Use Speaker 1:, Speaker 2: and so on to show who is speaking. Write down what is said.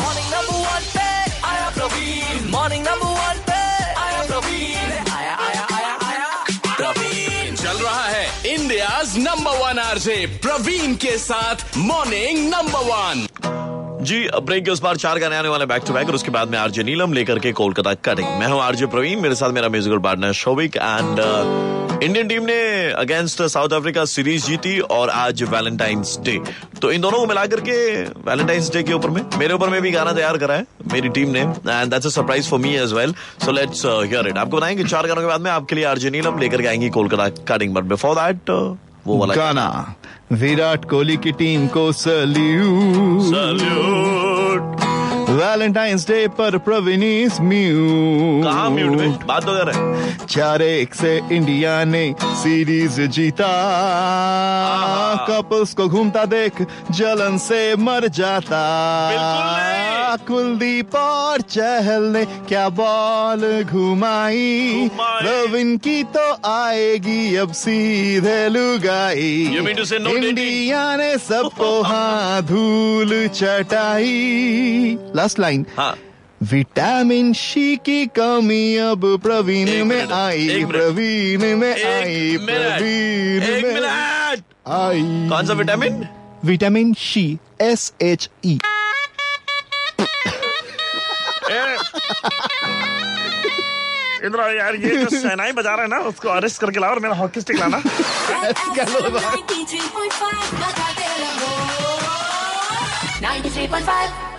Speaker 1: Morning number one पे आया Praveen morning number one पे आया प्रवीण आया आया आया आया
Speaker 2: प्रवीण चल रहा है India number one RJ Praveen के साथ मॉर्निंग नंबर वन
Speaker 3: जी अब ब्रेक के उस बार चार गाने आने वाले बैक टू बैक और उसके बाद में आरजे नीलम लेकर के कोलकाता कटिंग मैं हूं आरजे प्रवीण मेरे साथ मेरा musical partner Shovik and Indian team uh, ने अगेंस्ट साउथ अफ्रीका सीरीज जीती और आज वैलेंटाइंस डे तो इन दोनों को मिलाकर के वैलेंटाइंस डे के ऊपर में मेरे ऊपर में भी गाना तैयार करा है मेरी टीम ने and that's a surprise for me as well so let's hear it uh, आपको बताएंगे चार गानों के बाद में आपके लिए आरजे नीलम लेकर के आएंगी Kolkata cutting but before that uh, वो वाला
Speaker 4: गाना विराट कोहली की टीम को सल्यूट
Speaker 3: सैल्यूट
Speaker 4: वैलेंटाइंस डे पर प्रवीणीस म्यूट
Speaker 3: कहा म्यूट में बात तो कर रहे हैं
Speaker 4: चार एक से इंडिया ने सीरीज जीता कपल्स को घूमता देख जलन से मर जाता
Speaker 3: बिल्कुल
Speaker 4: कुलदीप और चहल ने क्या बॉल घुमाई
Speaker 3: घुमाई।
Speaker 4: रविन की तो आएगी अब सीधे लुगाई
Speaker 3: You mean to say no dating?
Speaker 4: India ने सबको हाँ धूल चटाई लास्ट लाइन
Speaker 3: हाँ
Speaker 4: विटामिन सी की कमी अब प्रवीण
Speaker 3: एक
Speaker 4: में
Speaker 3: मिनट,
Speaker 4: आई
Speaker 3: एक मिनट।
Speaker 4: प्रवीण में आई
Speaker 3: एक
Speaker 4: प्रवीण
Speaker 3: मिनट एक
Speaker 4: में
Speaker 3: मिनट
Speaker 4: आई
Speaker 3: कौन सा vitamin
Speaker 4: vitamin C S H E
Speaker 5: Indra यार ये जो सेनाई बजा रहा है ना उसको अरेस्ट करके लाओ और मेरा हॉकी स्टिक लाना
Speaker 6: Ninety-three point five.